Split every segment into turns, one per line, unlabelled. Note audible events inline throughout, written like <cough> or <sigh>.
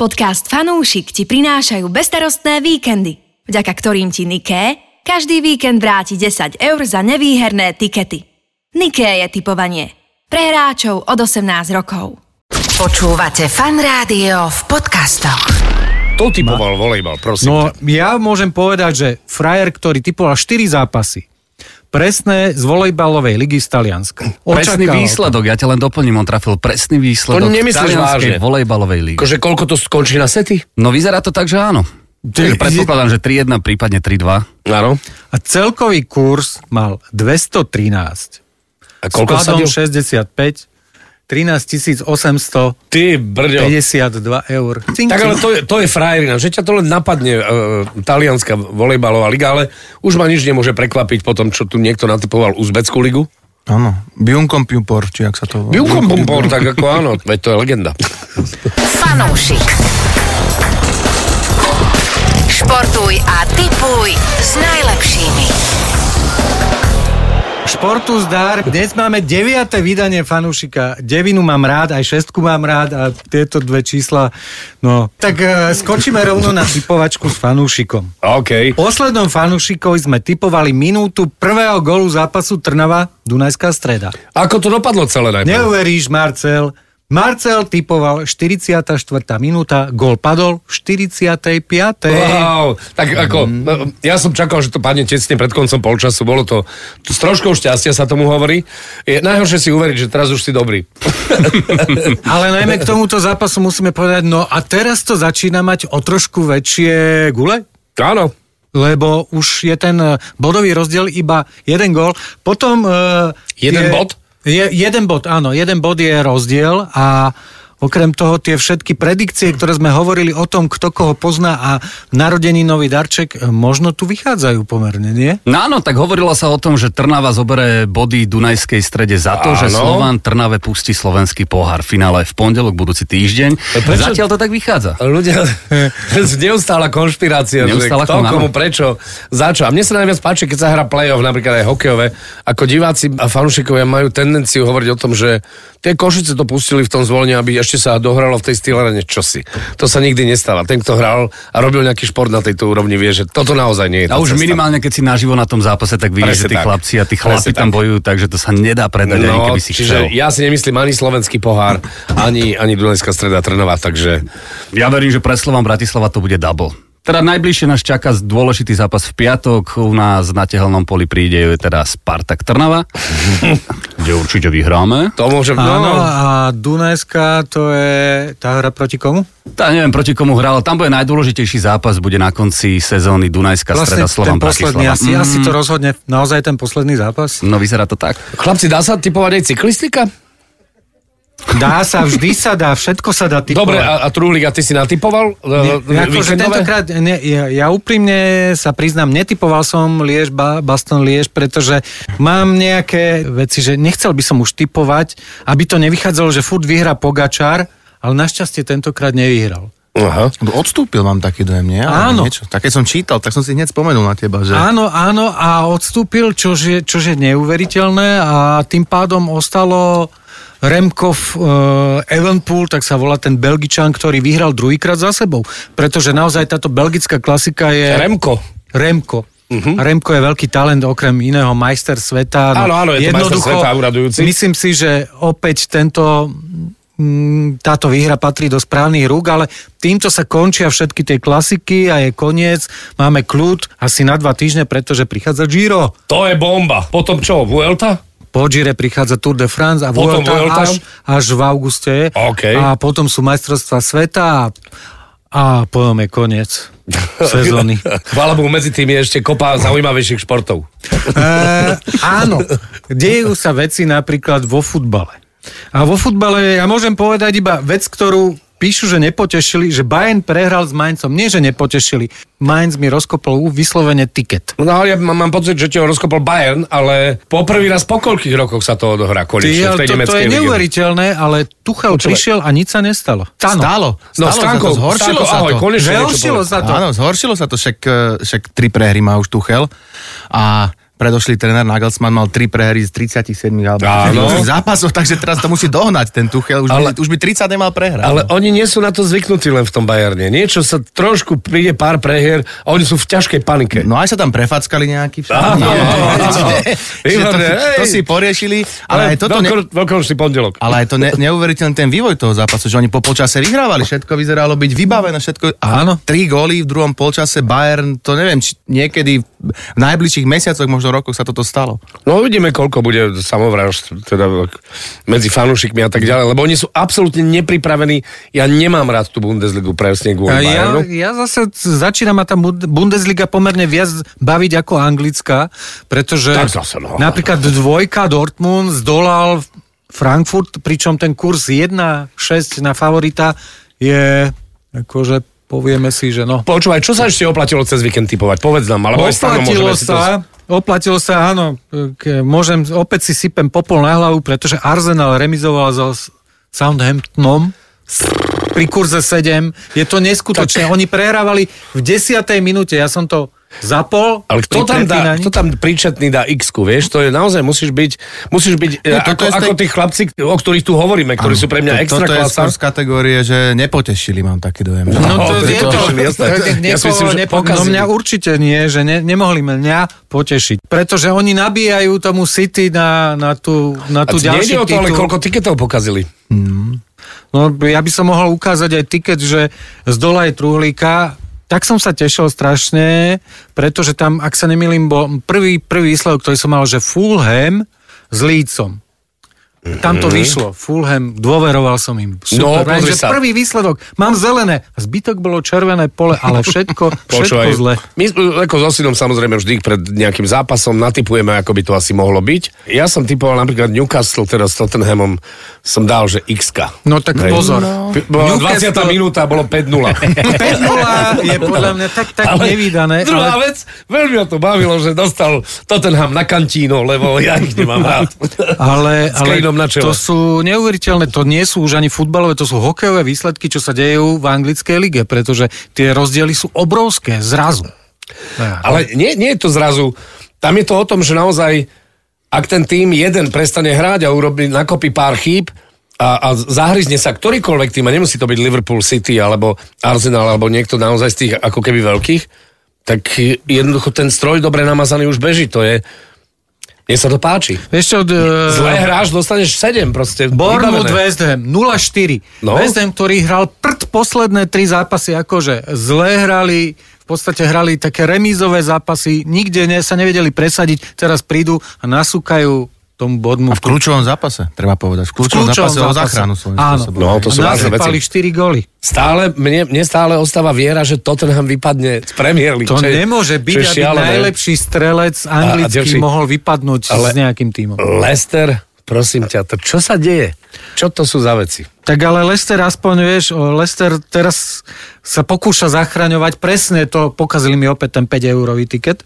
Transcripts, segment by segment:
Podcast Fanúšik ti prinášajú bestarostné víkendy, vďaka ktorým ti Niké každý víkend vráti 10 eur za nevýherné tikety. Niké je typovanie. Pre hráčov od 18 rokov.
Počúvate fan rádio v podcastoch.
To typoval volejbal, prosím.
No,
ťa.
ja môžem povedať, že frajer, ktorý typoval 4 zápasy, presné z volejbalovej ligy z Talianska.
Presný
Očakával
výsledok, ja ťa len doplním, on trafil presný výsledok
To nemyslíš
talianskej
vážne?
volejbalovej lígy.
Akože koľko to skončí na sety?
No vyzerá to tak, že áno.
Ty-
Takže predpokladám, že 3-1, prípadne 3-2.
Áno.
A celkový kurz mal 213.
A koľko
Skladom
sadil?
65, 13 852
Ty brďo.
eur. Cink,
Tak ale
cink.
to je, to je frajerina, že ťa to len napadne uh, talianská volejbalová liga, ale už ma nič nemôže prekvapiť po tom, čo tu niekto natypoval uzbeckú ligu.
Áno, Biunkom Piupor, či ak sa to volá.
Biukom Bumpor, tak ako áno, veď to je legenda.
Fanúšik. Športuj a tipuj s najlepšími.
Športu zdar. Dnes máme 9. vydanie fanúšika. Devinu mám rád, aj šestku mám rád a tieto dve čísla. No, tak e, skočíme rovno na typovačku s fanúšikom.
<laughs> OK.
Poslednom fanúšikovi sme typovali minútu prvého golu zápasu Trnava Dunajská streda.
Ako to dopadlo celé najprv?
Neuveríš, Marcel. Marcel typoval 44. minúta, gol padol v 45.
Wow, tak ako, no, ja som čakal, že to padne tesne pred koncom polčasu, bolo to s troškou šťastia sa tomu hovorí. Je najhoršie si uveriť, že teraz už si dobrý.
Ale najmä k tomuto zápasu musíme povedať, no a teraz to začína mať o trošku väčšie gule?
Áno,
lebo už je ten e, bodový rozdiel iba jeden gól. Potom... e,
Jeden
je,
bod?
Je, jeden bod, áno. Jeden bod je rozdiel a okrem toho tie všetky predikcie, ktoré sme hovorili o tom, kto koho pozná a narodený nový darček, e, možno tu vychádzajú pomerne, nie?
No áno, tak hovorilo sa o tom, že Trnava zoberie body Dunajskej strede za to,
Áno.
že Slovan Trnave pustí slovenský pohár v finále v pondelok budúci týždeň.
E, prečo- E,
Zatiaľ to tak vychádza. <laughs>
Ľudia, <laughs> neustála konšpirácia,
Neustála
že kto,
koná.
komu, prečo, za čo. A mne sa najviac páči, keď sa hrá play-off, napríklad aj hokejové, ako diváci a fanúšikovia majú tendenciu hovoriť o tom, že tie košice to pustili v tom zvolení, aby ešte sa dohralo v tej stýlerane čosi. To sa nikdy nestáva. Ten, kto hral a robil nejaký šport na tejto úrovni, vie, že toto naozaj nie je.
A
tá
už
cesta.
minimálne, keď si naživo na tom zápase, tak vidíš,
Presne
že tí
tak.
chlapci a tí
Presne
chlapi tam
tak.
bojujú, takže to sa nedá predať, ani
No,
keby si
čiže
chcel.
ja si nemyslím ani slovenský pohár, ani, ani Dunajská streda Trnava, takže
Ja verím, že pre Slovan Bratislava to bude double. Teda najbližšie nás čaká dôležitý zápas v piatok. U nás na tehelnom poli príde teda Spartak Trnava, kde určite vyhráme.
to môže...
Áno, a Dunajská to je tá hra proti komu?
Tá neviem, proti komu hral. Tam bude najdôležitejší zápas, bude na konci sezóny Dunajská streda
Vlastne ten
Slovan
posledný, asi,
Bratislava.
asi
Mm.
to rozhodne naozaj ten posledný zápas.
No vyzerá to tak.
Chlapci, dá sa typovať aj cyklistika?
Dá sa, vždy sa dá, všetko sa dá typovať.
Dobre, a, a Truhlík, a ty si natypoval?
Nie,
e, víkendové?
akože tentokrát, ne, ja, ja úprimne sa priznám, netypoval som Liež, ba, Baston Liež, pretože mám nejaké veci, že nechcel by som už typovať, aby to nevychádzalo, že furt vyhrá Pogačar, ale našťastie tentokrát nevyhral.
Aha.
Lebo Odstúpil mám taký dojem, nie?
Áno.
Alebo Niečo. Tak keď som čítal, tak som si hneď spomenul na teba, že...
Áno, áno, a odstúpil, čo je, čož je neuveriteľné a tým pádom ostalo Remkov uh, Evenpool, tak sa volá ten Belgičan, ktorý vyhral druhýkrát za sebou, pretože naozaj táto belgická klasika je...
Remko.
Remko. Uh-huh. A Remko je veľký talent, okrem iného majster sveta.
Mhm.
No,
Áno, áno, je to majster sveta, uradujúci.
Myslím si, že opäť tento mm, táto výhra patrí do správnych rúk, ale týmto sa končia všetky tie klasiky a je koniec. Máme kľud asi na dva týždne, pretože prichádza Giro.
To je bomba. Potom čo, Vuelta?
Po Gire prichádza Tour de France a
Potom Vuelta.
Vuelta až, až v auguste.
OK.
A potom sú majstrovstvá sveta a, a potom je
<laughs>
koniec sezóny.
Chvála Bohu, medzi tým je ešte kopa zaujímavejších športov.
Uh, áno, dejú sa veci napríklad vo futbale. A vo futbale ja môžem povedať iba vec, ktorú píšu, že nepotešili, že Bayern prehral s Mainzom. Nie, že nepotešili. Mainz mi rozkopol vyslovene tiket.
No ale ja mám, mám pocit, že ti ho rozkopol Bayern, ale poprvý raz po koľkých rokoch sa to odohrá konečne v tej
to, to
nemeckej
je
lige?
neuveriteľné, ale Tuchel
Počúvaj.
prišiel a nič sa nestalo. Stano.
Stalo.
No,
Stalo
Stanko,
sa to, zhoršilo
Stanko,
sa
ahoj,
to.
konečne niečo
Zhoršilo
povedal.
sa to.
eh, Áno, zhoršilo sa to, však, e, však tri prehry má už Tuchel a predošlý tréner Nagelsmann mal 3 prehry z 37 alebo
Áno.
38 zápasov, takže teraz to musí dohnať ten Tuchel. Už,
Ale-
by, už by 30 nemal prehrať.
Ale oni nie sú na to zvyknutí len v tom Bajerne. Niečo sa trošku príde pár prehier a oni sú v ťažkej panike.
No aj sa tam prefackali nejakí
Áno,
<laughs> všetci.
áno.
Čiže to,
Výborné,
to
hej.
si poriešili, ale, ale aj toto ne,
Veľkor- Veľkonočný pondelok.
ale aj to ne, neuveriteľný ten vývoj toho zápasu, že oni po polčase vyhrávali, všetko vyzeralo byť vybavené, všetko. A
Áno.
Tri góly v druhom polčase Bayern, to neviem, či niekedy v najbližších mesiacoch, možno rokoch sa toto stalo.
No uvidíme, koľko bude samovražd teda ak- medzi fanúšikmi a tak ďalej, lebo oni sú absolútne nepripravení. Ja nemám rád tú Bundesligu presne kvôli
A ja,
Bayernu.
ja zase c- začína ma tá Bund- Bundesliga pomerne viac baviť ako anglická, pretože
Tak zase, no.
napríklad dvojka Dortmund zdolal Frankfurt, pričom ten kurz 1,6 na favorita je akože povieme si, že no.
Počúvaj, čo sa ešte oplatilo cez víkend typovať? Povedz nám, alebo aj stále
Oplatilo
môžeme si to...
sa, oplatilo sa, áno, k- môžem, opäť si sypem popol na hlavu, pretože Arsenal remizoval so S- Southamptonom pri kurze 7. Je to neskutočné. Oni prehrávali v 10. minúte, ja som to zapol.
Ale kto
pri
tam, dá,
prepínaní.
kto tam príčetný dá x vieš? To je naozaj, musíš byť, musíš byť e, ako,
toto je z tej-
ako tí chlapci, o ktorých tu hovoríme, ktorí sú pre mňa
To-
extra
Toto je
klasa.
skôr z kategórie, že nepotešili, mám taký dojem. že-
No to
No,
je
to
to.
je jasné.
To je-
Ja si myslím, že
nepo- no
pokazili.
mňa určite nie, že ne, nemohli mňa potešiť. Pretože oni nabíjajú tomu City na, na tú,
A
na tú
nejde
ďalšiu
o to, ale koľko tiketov pokazili.
No, ja by som mohol ukázať aj tiket, že z dolaj truhlíka, tak som sa tešil strašne, pretože tam, ak sa nemýlim, bol prvý, prvý výsledok, ktorý som mal, že Fulham s Lícom. Tam to vyšlo. Fulham, dôveroval som im.
Mhm. No,
Super. Len,
pozri
že
sa.
prvý výsledok. Mám zelené. A Zbytok bolo červené pole, ale všetko, všetko
<laughs> Počúvaj,
zle.
my e, ako so synom samozrejme vždy pred nejakým zápasom natypujeme, ako by to asi mohlo byť. Ja som typoval napríklad Newcastle, teda s Tottenhamom som dal, že x
No tak pozor.
Bola 20. minúta, bolo 5-0.
5 <laughs> je podľa mňa tak, tak
Ale
nevydané.
Druhá vec, veľmi ma to bavilo, že dostal Tottenham na kantíno, lebo ja ich nemám rád.
Ale,
<laughs> S
ale
klejnom na čele.
to sú neuveriteľné, to nie sú už ani futbalové, to sú hokejové výsledky, čo sa dejú v anglickej lige, pretože tie rozdiely sú obrovské zrazu.
Ale nie, nie je to zrazu, tam je to o tom, že naozaj, ak ten tým jeden prestane hrať a urobí, nakopí pár chýb, a, a zahryzne sa ktorýkoľvek tým, a nemusí to byť Liverpool City, alebo Arsenal, alebo niekto naozaj z tých ako keby veľkých, tak jednoducho ten stroj dobre namazaný už beží, to je... Mne sa to páči.
Ešte od... e,
Zle hráš, dostaneš 7 proste.
Bournemouth
vybavené.
West Ham 0-4.
No.
No? West Ham, ktorý hral prd posledné tri zápasy, akože zle hrali, v podstate hrali také remízové zápasy, nikde ne, sa nevedeli presadiť, teraz prídu a nasúkajú tomu
A
bodmu.
v kľúčovom zápase, treba povedať. V kľúčovom, zápase, o záchranu svojím
Áno.
spôsobom.
No, to sú
a
vážne
nasypali 4 góly.
Stále, mne, mne stále ostáva viera, že Tottenham vypadne z Premier League.
To
čo je-
nemôže byť,
čo je
aby
šialené.
najlepší strelec anglický
ďalší-
mohol vypadnúť
Ale-
s nejakým tímom.
Lester, prosím ťa, to čo sa deje? Čo to sú za veci?
Tak ale Lester aspoň, vieš, o, Lester teraz sa pokúša zachraňovať, presne to, pokazili mi opäť ten 5 eurový tiket.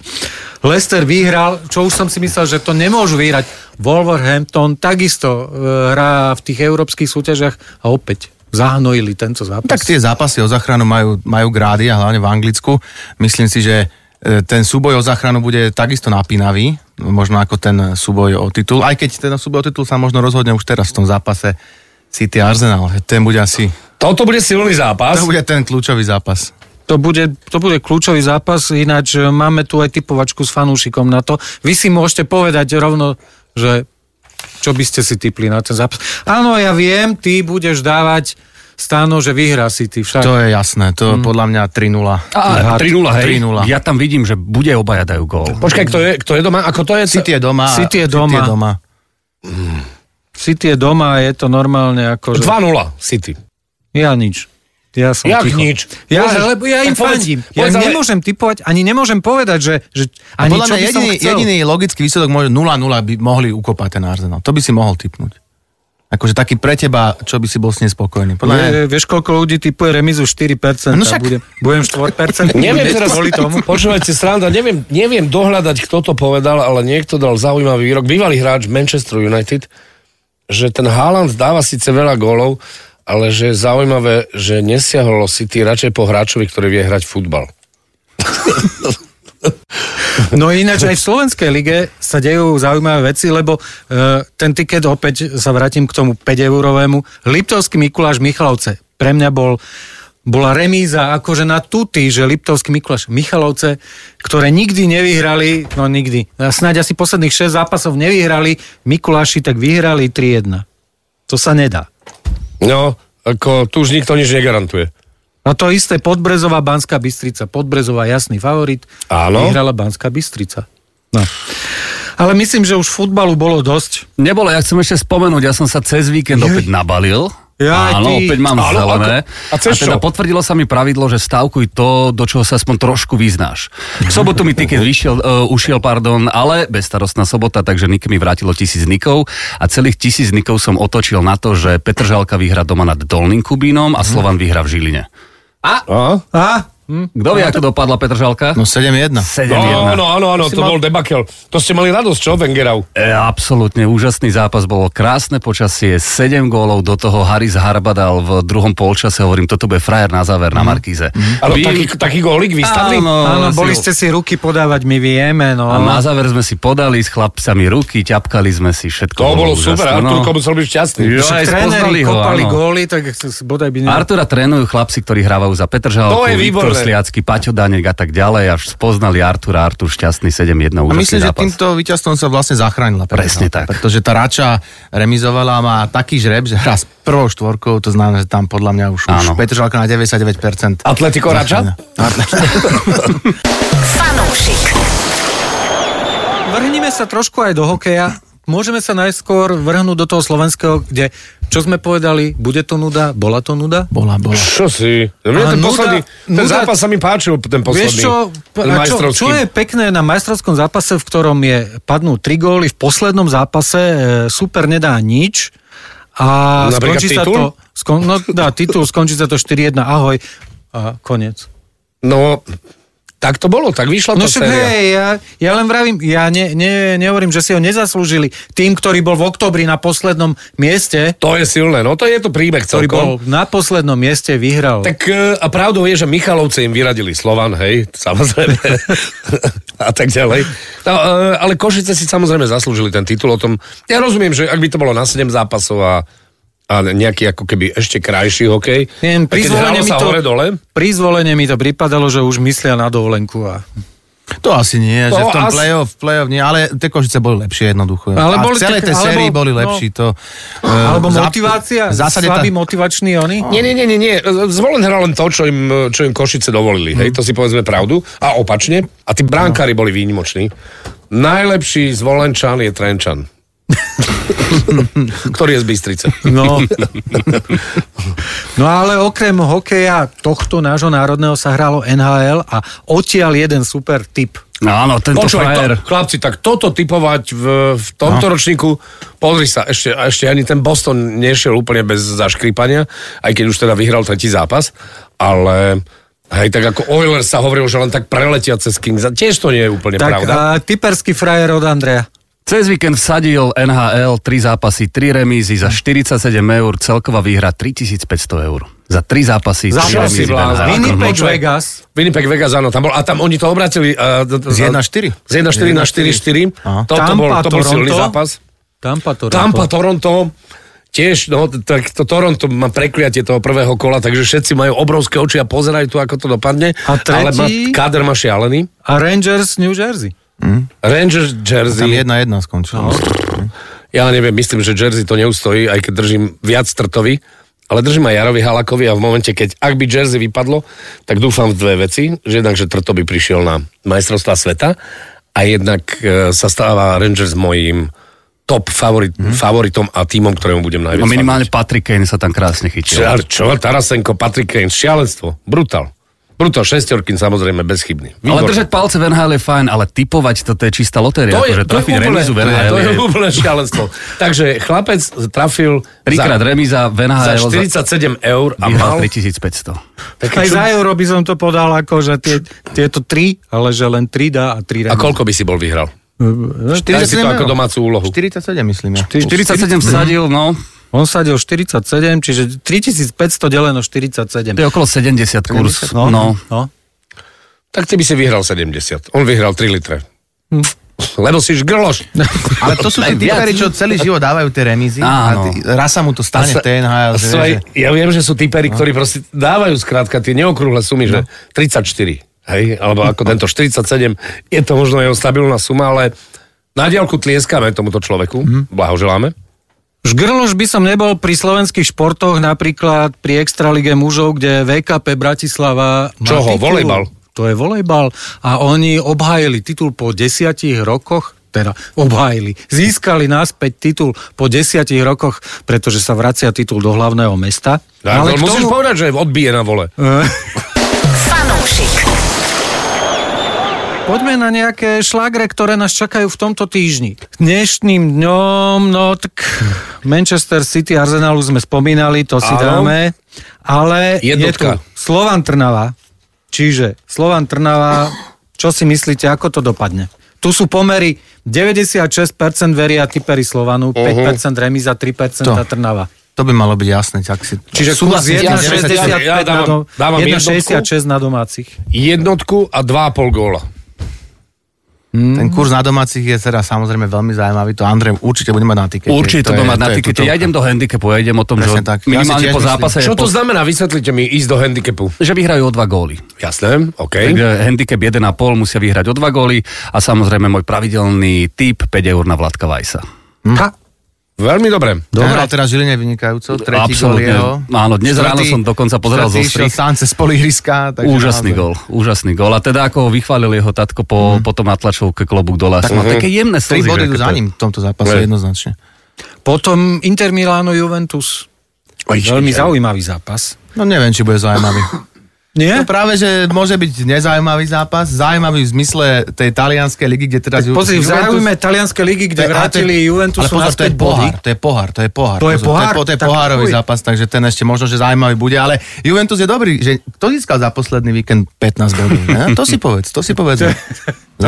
Lester vyhral, čo už som si myslel, že to nemôžu vyhrať. Wolverhampton takisto e, hrá v tých európskych súťažiach a opäť zahnojili tento zápas.
Tak tie zápasy o záchranu majú, majú grády a hlavne v Anglicku. Myslím si, že e, ten súboj o záchranu bude takisto napínavý, možno ako ten súboj o titul, aj keď ten súboj o titul sa možno rozhodne už teraz v tom zápase City Arsenal. Ten bude asi...
Toto bude silný zápas.
To bude ten kľúčový zápas.
To bude, to bude kľúčový zápas, ináč e, máme tu aj typovačku s fanúšikom na to. Vy si môžete povedať rovno, že čo by ste si typli na ten zápas. Áno, ja viem, ty budeš dávať stáno, že vyhrá si ty však.
To je jasné, to
Mhm.
mm. podľa mňa 3-0.
Á, 3-0, hej.
3:0.
Ja tam vidím, že bude obaja dajú gól.
Počkaj, kto je, kto je doma? Ako to je?
City je doma. a-
City je doma.
City je doma.
City je doma a je to normálne ako... Že...
2-0 City.
Ja nič. Ja som
Jak
ticho.
nič?
Ja,
Môžeš-
lebo ja im
tak povedz-
fandím.
povedz,
Ja im
ale-
nemôžem typovať, ani nemôžem povedať, že... že
A
ani
podľa
čo
mňa
by som
jediný,
chcel.
jediný logický výsledok môže 0-0 by mohli ukopať ten Arsenal. To by si mohol typnúť. Akože taký pre teba, čo by si bol s nespokojný. Podľa mňa...
Vie- Vieš, koľko ľudí typuje remizu 4%?
No však-
budem, budem 4%?
Neviem teraz,
Kvôli tomu.
<laughs> počúvajte, sranda, neviem, neviem dohľadať, kto to povedal, ale niekto dal zaujímavý výrok. Bývalý hráč Manchester United, že ten Haaland dáva síce veľa gólov, ale že je zaujímavé, že nesiahlo City radšej po hráčovi, ktorý vie hrať futbal.
No ináč aj v slovenskej lige sa dejú zaujímavé veci, lebo e, ten tiket opäť sa vrátim k tomu 5-eurovému. Liptovský Mikuláš Michalovce. Pre mňa bol bola remíza akože na tuty, že Liptovský Mikuláš Michalovce, ktoré nikdy nevyhrali, no nikdy, a snáď asi posledných 6 zápasov nevyhrali, Mikuláši tak vyhrali 3-1. To sa nedá.
No, ako tu už nikto nič negarantuje.
No to isté Podbrezová Banská Bystrica. Podbrezová jasný favorit.
Áno.
Vyhrala Banská Bystrica. No. Ale myslím, že už futbalu bolo dosť.
Nebolo, ja chcem ešte spomenúť, ja som sa cez víkend opäť nabalil.
Jaj,
Áno,
ty.
opäť mám
Áno,
zelené.
ako- a
A,
cez
teda
čo?
potvrdilo sa mi pravidlo, že stavkuj to, do čoho sa aspoň trošku vyznáš. V sobotu mi tiket vyšiel, uh, ušiel, pardon, ale bezstarostná sobota, takže Niky mi vrátilo tisíc nikov a celých tisíc nikov som otočil na to, že Petržalka vyhra doma nad Dolným Kubínom a
Mhm.
Slovan vyhra v Žiline.
A?
A? Hm?
Kto vie, ako dopadla Petržalka?
No 7-1.
7
No, áno, áno, áno, to bol debakel. To ste mali radosť, čo, Wengerau?
E, absolútne úžasný zápas, bolo krásne počasie, 7 gólov, do toho Haris Harbadal v druhom polčase, hovorím, toto bude frajer na záver na Markíze.
Áno, Mhm.
Vy-
taký, taký gólik vystavný?
Áno,
Áno,
No, asi-
boli ste si ruky podávať, my vieme, no.
A na záver sme si podali s chlapcami ruky, ťapkali sme si všetko.
To bolo super,
úžasné,
Artur musel byť šťastný.
no. Jo,
Však
aj spoznali
tréneri
ho,
kopali
áno.
góly, tak s- s- bodaj by ne...
Artura trénujú chlapci, ktorí hrávajú za Petržalku,
To je
Viktor
výborné.
Sliacký, Paťo Danek a tak ďalej, až spoznali Artura, Artur šťastný 7-1,
A
úžasný
myslím, že
zápas.
týmto víťazstvom sa vlastne zachránila. Petra.
Presne tak.
Pretože tá Rača remizovala a má taký žreb, že hrá s prvou štvorkou, to znamená, že tam podľa mňa už, už
Áno.
Petržalka na 99%.
Atletico Rača?
Fanúšik.
Vrhnime sa trošku aj do hokeja. Môžeme sa najskôr vrhnúť do toho slovenského, kde, čo sme povedali, bude to nuda, bola to nuda?
Bola, bola.
Čo si? Mne
A
ten
nuda-
posledný, ten
nuda-
zápas sa mi páčil, ten posledný.
Vieš čo,
ten
a čo,
majstrovský.
čo je pekné na majstrovskom zápase, v ktorom je padnú tri góly, v poslednom zápase e, super nedá nič a
Napríklad
skončí
titul?
sa to... Skon, no dá titul, skončí sa to 4-1, ahoj a koniec.
No, tak to bolo, tak vyšla
No
tá
však
séria.
hej, ja, ja len vravím, ja ne, ne, nehovorím, že si ho nezaslúžili tým, ktorý bol v oktobri na poslednom mieste,
To je silné, no to je to príbeh
ktorý bol
celkom.
na poslednom mieste vyhral.
Tak e, a pravdou je, že Michalovce im vyradili Slovan, hej,
<laughs>
samozrejme. a tak ďalej. No, e, ale Košice si samozrejme zaslúžili ten titul o tom. Ja rozumiem, že ak by to bolo na 7 zápasov a, a nejaký ako keby ešte krajší hokej.
Neviem,
tak
pri
keď
zvolení
hralo
mi
sa
to-
hore dole,
Pri zvolenie mi to pripadalo, že už myslia na dovolenku a
To asi nie, že
To
v tom
asi-
play-off, play-off nie, ale tie Košice boli lepšie jednoducho.
Ale
a
boli
v celej
tak-
tej
alebo-
sérii boli
no.
lepší. To, e,
Alebo
zap-
motivácia?
v zásade tá,
slabý motivačný oni?
Nie, nie, nie, nie, nie. Zvolen hral len to, čo im, čo im Košice dovolili. Hej,
Mhm.
to si povedzme pravdu. A opačne. A tí bránkári boli výnimoční. Najlepší zvolenčan je
<laughs>
Trenčan. ktorý je z Bystrice.
<laughs> No. no ale okrem hokeja tohto nášho národného sa hralo NHL a odtiaľ jeden super typ.
No áno, tento
Počúvaj,
frajer.
to, chlapci, tak toto typovať v, v tomto ročníku, pozri sa, ešte, a ešte ani ten Boston nešiel úplne bez zaškripania, aj keď už teda vyhral tretí zápas, ale hej, tak ako Oilers sa hovoril, že len tak preletia cez Kings, a tiež to nie je úplne
tak
pravda.
a typerský frajer od Andreja.
Cez víkend vsadil NHL 3 zápasy, 3 remízy za 47 eur, celková výhra 3500 eur. Za 3 zápasy, 3
Zašiel si
remízy. Mhm.
blázon.
Áno,
Iný
Winnipeg
počúvaj.
Vegas.
Winnipeg Vegas, áno, tam bol. A tam oni to obratili. Uh,
Z 1:4.
Z 1-4 na 4-4.
Aha.
To, to, bol, to bol silný zápas.
Tampa Toronto.
Tampa, Toronto, tiež, no, tak to Toronto má prekliatie toho prvého kola, takže všetci majú obrovské oči a pozerajú tu, ako to dopadne.
A tretí?
Ale má, káder má šialený.
A Rangers New Jersey.
Rangers,
tam
Jersey,
jedna
No.
jedna skončila.
ja neviem, myslím, že Jersey to neustojí, aj keď držím viac Trtovi, ale držím aj Jarovi Halakovi a v momente, keď ak by Jersey vypadlo, tak dúfam v dve veci, že jednak, že Trto by prišiel na majstrovstvá sveta a jednak e, sa stáva Rangers mojím top favorit, mm. favoritom a tímom, ktorému budem najviac
No minimálne Patrick Kane sa tam krásne
Čo,
chytil.
ale čo, Tarasenko, Patrick Kane, šialenstvo, brutál. Brutál, šestorkin samozrejme, bezchybný.
No, Ale
Výborný.
držať palce v NHL je fajn, ale typovať to, to je čistá lotéria. akože trafiť remízu v
to je,
NHL
to je
je
úplne šialenstvo. <laughs> Takže chlapec trafil
trikrát
za,
remíza v
za
NHL za
47 eur a
vyhral
mal...
3500.
Aj za euro by som to podal ako, že tie, tieto tri, ale že len tri dá a tri No,
A koľko by si bol vyhral? Daj si
47
to ako
eur.
domácu úlohu.
47, myslím ja.
47 vsadil, no,
On sadil 47, čiže 3500 deleno 47.
no. to je okolo 70 kurz. No,
no.
tak ty by si vyhral 70. On vyhral 3 litre. Hm. Lebo si žgrloš.
Ale to sú tí typeri, čo celý život dávajú tie remízy.
Áno.
A ty, raz sa mu to
A
stane
sa-
v tej NHL.
a
že
sú aj,
vieš, že-
ja viem, že sú typery, ktorí proste dávajú skrátka tie neokrúhle sumy, že 34, hej, alebo ako tento 47, je to možno jeho stabilná suma, ale na diálku tlieskame tomuto človeku, blahoželáme.
Žgrloš by som nebol pri slovenských športoch, napríklad pri Extralige mužov, kde VKP Bratislava má
Čoho?
titul.
Volejbal?
To je volejbal. A oni obhájili titul po desiatich rokoch, teda obhájili, získali naspäť titul po desiatich rokoch, pretože sa vracia titul do hlavného mesta.
Ale no musíš povedať, že odbije na vole.
<laughs>
Fanúšik.
Poďme na nejaké šlágre, ktoré nás čakajú v tomto týždni. Dnešným dňom, no tak Manchester City, Arsenalu sme spomínali, to si
Áno.
dáme, ale
Jednotka.
je tu Slovan Trnava, čiže Slovan Trnava, čo si myslíte, ako to dopadne? Tu sú pomery 96% veria typeri Slovanu,
Mhm.
5% remíza, 3%
To.
Trnava.
To by malo byť jasné, tak si...
Čiže kurz
Súhlasím, ja-
1,65
ja
na
dávam-
dom-
dávam
1,66 na domácich.
Jednotku a 2,5 góla.
Ten kurz na domácich je teraz samozrejme veľmi zaujímavý, to Andrej určite bude mať na tikete.
Určite to bude
je-
mať na
je
tikete. Ja
tutovka.
idem do handicapu, ja idem o tom, že
Presne tak. Ja si
minimálne
tiež
po
myslím.
zápase je
Čo to
po-
znamená? Vysvetlite mi, ísť do handicapu.
že vyhrajú o dva góly.
Jasné, OK.
Takže e, handicap 1,5 musia vyhrať o dva góly a samozrejme môj pravidelný typ 5 eur na Vladka Vajsa.
Hm. Veľmi dobre.
Ten hral teraz Žiline vynikajúco, tretí gol
Absolútne.
jeho.
Áno, dnes ráno som dokonca pozeral zo strich.
strich. Sánce z polihriska. takže
Úžasný
naozaj.
gol, úžasný gol. A teda ako ho vychválil jeho tatko po, mm. po tom natlačovke klobúk dole. Tak má také jemné slzy.
Tri body
že
idú
aké
za
to je.
ním v tomto zápase
Ne.
jednoznačne.
Potom Inter Milano Juventus.
Oj,
Veľmi
čiže-
zaujímavý zápas.
No neviem, či bude
<laughs>
zaujímavý.
Nie?
No práve, že môže byť nezaujímavý zápas, zaujímavý v zmysle tej talianskej ligy, kde teraz...
Tak pozri, v
Juventus-
záujme talianskej ligy, kde
To je- ale to je-
vrátili Juventusu
ale pozor, to je
naspäť body.
pohár, to je pohár, to je pohár.
To je
pozor,
pohár?
To je, po- to je
Tak
pohárový
fuj.
zápas, takže ten ešte možno, že zaujímavý bude, ale Juventus je dobrý, že kto získal za posledný víkend 15 bodov? Ne? No, To si povedz, to si povedz.
to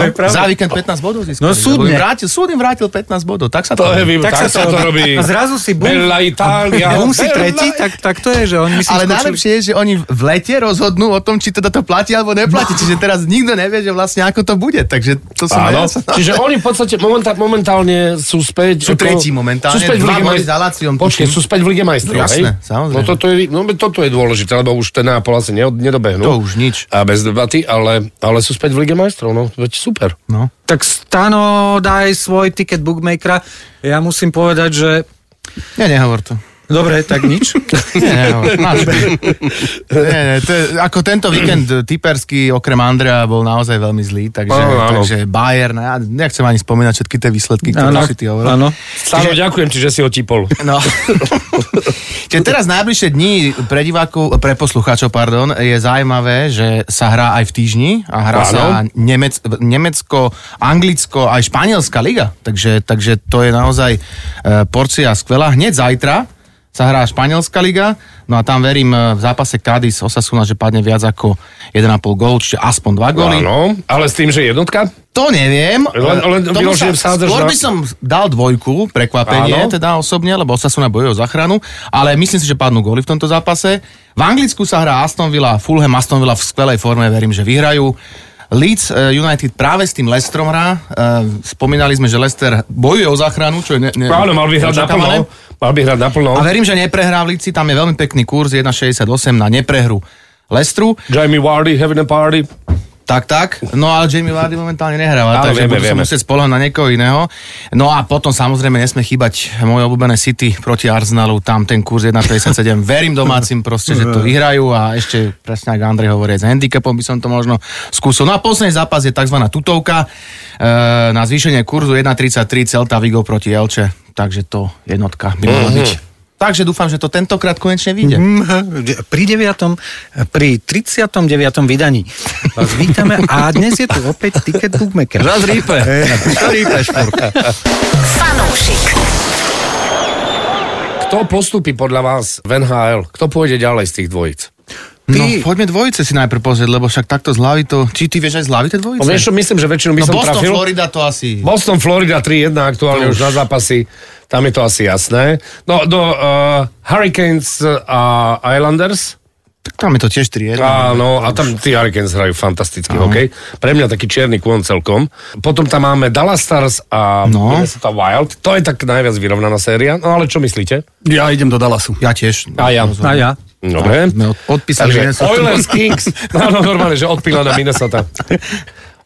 je
No,
pravda.
za víkend 15 bodov získali.
No, súdne.
lebo im Vrátil, súd im vrátil 15 bodov, tak sa to...
To je,
robí.
vy- tak, sa to robí.
A zrazu si bum.
Bella Italia.
Bum si
Bella-
tretí, tak, tak to je, že oni myslím
Ale
skočili-
najlepšie je, že oni v lete rozhodnú o tom, či teda to platí alebo neplatí.
No.
Čiže teraz nikto nevie, že vlastne ako to bude. Takže to som aj
Áno.
ja sa-
Čiže oni v podstate momentá, momentálne sú späť...
Sú tretí momentálne,
Sú späť v
dva
Lige
boli
maj-
za Láciom,
Počkej,
tuším.
sú späť v Lige majstrov,
No,
hej?
jasné, samozrejme.
No toto je, no, toto je dôležité, lebo už ten nápol asi neod, nedobehnú.
To už nič.
A bez debaty, ale, ale sú späť v Lige majstrov, no veď super.
No.
Tak Stano daj svoj ticket bookmakera. Ja musím povedať, že...
Ja nehovor to.
Dobre, tak nič.
<laughs> Nie, nehovor. Máš by. nie, nie, to je, ako tento víkend typerský, okrem Andrea, bol naozaj veľmi zlý, takže,
Áno, áno.
takže Bayern, ja nechcem ani spomínať všetky tie výsledky, ktoré
Áno,
si ty hovoril.
áno.
Stále ďakujem ti, že si ho típol.
No. <laughs> Čiže teraz najbližšie dni pre divákov, pre poslucháčov, pardon, je zaujímavé, že sa hrá aj v týždni a hrá
Áno.
sa Nemec, Nemecko, Anglicko, aj Španielská liga. Takže, takže to je naozaj e, porcia skvelá. Hneď zajtra sa hrá Španielská liga, no a tam verím e, v zápase Cádiz Osasuna, že padne viac ako 1,5 gól, čiže aspoň 2 góly.
Áno, ale s tým, že jednotka?
To neviem. E,
Len- len
Tomu
vyložím
sa,
sádrž na-
skôr by som dal dvojku, prekvapenie,
Áno.
Áno. teda osobne, lebo sa sú na bojov záchranu, ale myslím si, že padnú góly v tomto zápase. V Anglicku sa hrá Aston Villa, Fulham, Aston Villa v skvelej forme, verím, že vyhrajú. Leeds eh, United práve s tým Lestrom hrá. Eh, Spomínali sme, že Lester bojuje o záchranu, čo je ne, ne,
Áno, mal by hrať
neočakávané.
naplno. Mal by hrať naplno.
A verím, že neprehrá v Líci, tam je veľmi pekný kurz 1,68 na neprehru Lestru.
Jamie Wardy, having a party.
Tak, tak. No ale Jamie Vardy momentálne nehráva,
Áno,
takže
vieme,
budú sa
vieme.
musieť spolahnuť na niekoho iného. No a potom samozrejme nesme chýbať moje obľúbené City proti Arsenalu, tam ten kurz 1,57.
<laughs>
Verím domácim proste, že to vyhrajú a ešte presne ako Andrej hovorí, s handicapom by som to možno skúsil. No a posledný zápas je tzv. tutovka e, na zvýšenie kurzu 1,33 Celta Vigo proti Elche, takže to jednotka
Mhm.
by mala byť. Takže dúfam, že to tentokrát konečne vyjde.
Mm, Pri 9. pri 39. vydaní vás vítame a dnes je tu opäť ticket bookmaker. Eh,
Raz rýpe. rýpe
Fanúšik.
Kto postupí podľa vás v NHL? Kto pôjde ďalej z tých dvojic?
No,
Ty-
poďme dvojice si najprv pozrieť, lebo však takto z hlavy to... Či ty vieš aj z hlavy tie dvojice?
No, vieš čo, myslím, že väčšinu by
no
som
Boston,
trafil.
Florida to asi...
Boston, Florida 3-1 aktuálne už. už na zápasy. Tam je to asi jasné. No, do uh, Hurricanes a uh, Islanders.
Tak tam je to tiež 3-1.
Áno, a tam tí Hurricanes hrajú fantastický hokej. Pre mňa taký čierny kôň celkom. Potom tam máme Dallas Stars a
No.
Minnesota Wild. To je tak najviac vyrovnaná séria. No ale čo myslíte?
Ja idem do Dallasu.
Ja tiež.
A ja.
A ja.
Dobre.
Sme od- odpísali
Takže
Minnesota.
Oilers
<laughs>
Kings. No, no normálne, že odpíla na Minnesota.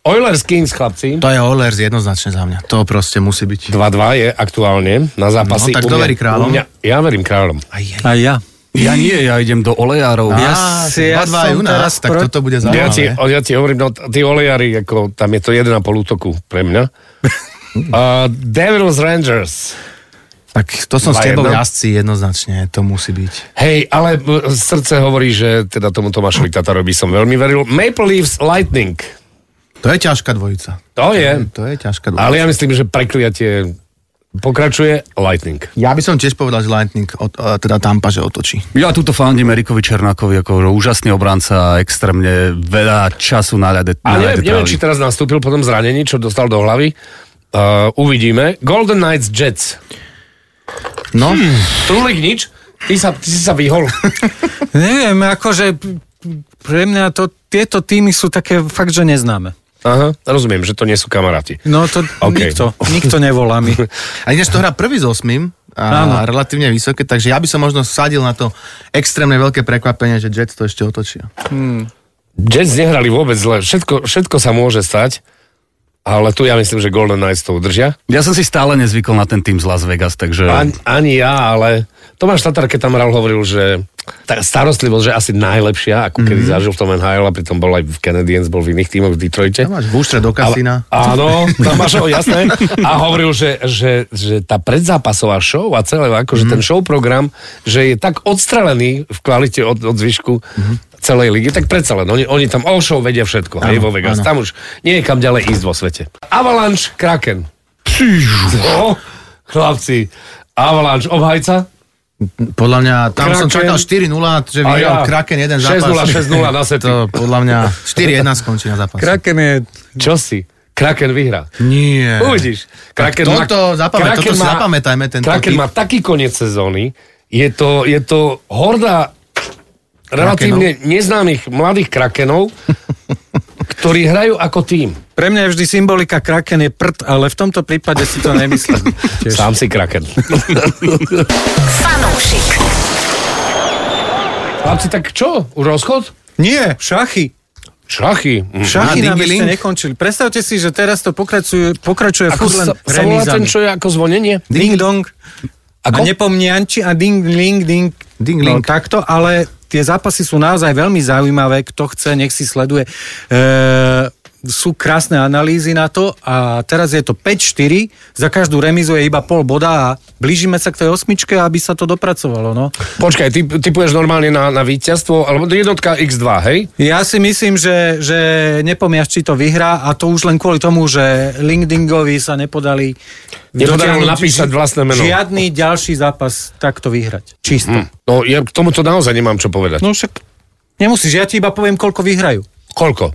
Oilers Kings, chlapci.
To je Oilers jednoznačne za mňa. To proste musí byť.
2-2 je aktuálne na zápasy.
No, tak
U
kto
mňa-
verí kráľom?
u Mňa, ja verím kráľom.
Aj, aj.
A ja.
Ja nie, ja idem do Olejárov.
Á,
Ja,
si- ja
dva, dva aj
som
u nás,
teraz
tak
pro-
toto bude
Ja ti,
zaujímavé.
ja ti hovorím, no, tí olejári, ako, tam je to 1,5 útoku pre
<laughs>
mňa. Uh, Devils Rangers.
Tak to som s
Dva,
tebou
jedna.
jazdci jednoznačne, to musí byť.
Hej, ale m, srdce hovorí, že teda tomu Tomášovi Tatarovi by som veľmi veril. Maple Leafs Lightning.
To je ťažká dvojica.
To je.
To je ťažká dvojica.
Ale ja myslím, že prekliatie pokračuje Lightning.
Ja by som tiež povedal, že Lightning, od, e, teda Tampa, že otočí.
ja tuto fandím Erikovi Černákovi ako úžasný obranca, extrémne veľa času na
A
ľade. na
neviem,
ľade
neviem,
trávi.
či teraz nastúpil po tom zranení, čo dostal do hlavy. Uh, uvidíme. Golden Knights Jets.
No,
Trulik nič. Ty, sa, ty si sa vyhol.
Neviem, akože p- pre mňa to, tieto týmy sú také fakt, že neznáme.
<laughs> Aha, rozumiem, že to nie sú kamaráti.
No to
OK.
okay. nikto, nikto nevolá mi.
a ináč to hrá prvý s osmým
Áno.
a relatívne vysoké, takže ja by som možno sadil na to extrémne veľké prekvapenie, že Jets to ešte otočia.
Jets nehrali vôbec zle. Všetko, všetko sa môže stať, ale tu ja myslím, že Golden Knights to udržia.
Ja som si stále nezvykol na ten tým z Las Vegas, takže...
Ani, ani ja, ale Tomáš Tatar, keď tam hral, hovoril, že tá starostlivosť, že asi najlepšia, ako kedy zažil v tom NHL, a pritom bol aj v Canadiens, bol v iných tímoch v Detroite.
Tam máš v ústre do kasína.
A, áno, tam máš ho, jasné. A hovoril, že, že, že tá predzápasová show a celé, akože mm. ten show program, že je tak odstrelený v kvalite od, od zvyšku mm. celej ligy, tak predsa len, oni, oni tam all show vedia všetko, hej, vo Vegas,
áno.
tam už nie je kam ďalej ísť vo svete. Avalanche, Kraken. No, chlapci, Avalanche, obhajca,
Podľa mňa, tam som
Kraken.
čakal 4-0, že
A
vyhral
ja.
Kraken jeden zápas.
6:0, 6:0 na sety.
To podľa
<laughs>
mňa 4-1 skončí na zápas.
Kraken je...
čo si? Kraken vyhrá.
Nie.
<laughs> Uvidíš. Kraken
Tak toto zapamä- toto si zapamätajme, tento
Kraken
typ.
má taký koniec sezóny. Je to, je to horda relatívne neznámych mladých
<laughs>
Krakenov, ktorí hrajú ako tým.
Pre mňa je vždy symbolika Kraken je prd, ale v tomto prípade si to nemyslím. Tiež.
Sám si Kraken.
Fanúšik.
Chlapci, tak čo? Už rozchod?
Nie, šachy.
Šachy. Mm.
Šachy
Á,
nám
dingy-ling.
ešte nekončili. Predstavte si, že teraz to pokračuje, pokračuje
Ako
furt len
sa, sa volá ten,
remízami.
čo je ako zvonenie?
Ding dong.
Ako?
A nepomnianči a ding ling ding.
Ding,
No,
ling.
takto, ale tie zápasy sú naozaj veľmi zaujímavé. Kto chce, nech si sleduje. E, sú krásne analýzy na to a teraz je to 5-4. Za každú remizu je iba pol boda a blížime sa k tej osmičke, aby sa to dopracovalo. No.
Počkaj, ty, typuješ normálne na, na víťazstvo, alebo jednotka x2, hej?
Ja si myslím, že, že nepomiašči to vyhrá a to už len kvôli tomu, že LinkedInovi sa nepodali
Nepodarilo
dotiahnuť
napísať
ži-
vlastné meno.
Žiadny ďalší zápas takto vyhrať. Čisto. Mm.
No, ja k tomuto naozaj nemám čo povedať.
No však nemusíš, ja ti iba poviem, koľko vyhrajú.
Koľko?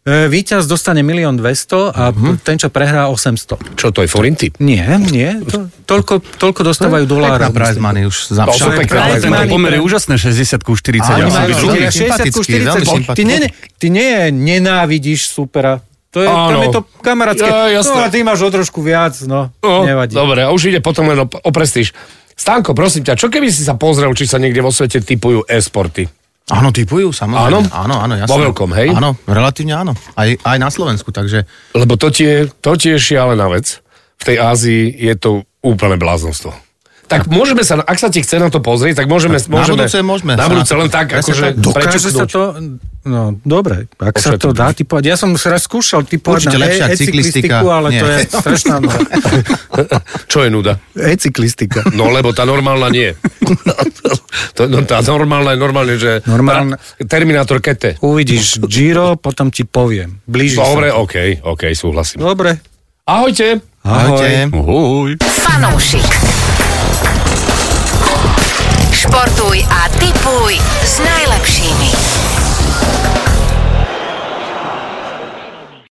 E, Výťaz dostane 1 200 a
Mhm.
mm-hmm. ten, čo prehrá 800.
Čo to je, forinty?
Nie, nie, to, toľko, toľko dostávajú
Pekná
dolára.
prize
myslím.
money už za
To sú
všetko.
pekné
Ale
prize
ten
money.
pomer je úžasné, 60 ku 40.
A
Ja
oni
som
majú
byť
veľmi
druhý.
sympatický, veľmi
60 40, ty,
sympatický.
ne, ty nie nenávidíš supera. To je, tam
Áno.
je to kamarátske.
Ja, jasné.
no a ty máš o trošku viac, no,
No,
nevadí.
Dobre, a už ide potom len o, o prestíž. Stanko, prosím ťa, čo keby si sa pozrel, či sa niekde vo svete typujú e-sporty?
Áno,
Áno?
typujú, samozrejme. Áno, áno, jasne.
Vo veľkom, hej?
Áno, relatívne áno. Aj, aj na Slovensku, takže
Lebo to tie, to tie je šialená vec. V tej Ázii je to úplné bláznostvo. Tak môžeme sa, ak sa ti chce na to pozrieť, tak môžeme...
Na
môžeme,
budúce môžeme
Na
sa
budúce
na to-
len tak,
Presne
akože
tak.
Dokáže sa
prečuknúť.
to... No, dobre, ak sa
Všetko.
to dá typovať. Ja som raz skúšal typovať
Určite
na
lepšie ako
e-cyklistiku,
cyklistika.
ale
Nie.
to je
<laughs>
strašná nuda.
<laughs> Čo je nuda?
E-cyklistika.
No lebo tá normálna nie. <laughs> to, no, tá normálna je normálne, že...
Normálna.
Terminátor kete.
Uvidíš Giro, potom ti poviem. Blíži
Dobre,
sa. No.
OK, OK, súhlasím.
Dobre.
Ahojte.
Ahoj.
Ahojte.
Ohoj.
Fanúšik. Športuj a tipuj s najlepšími.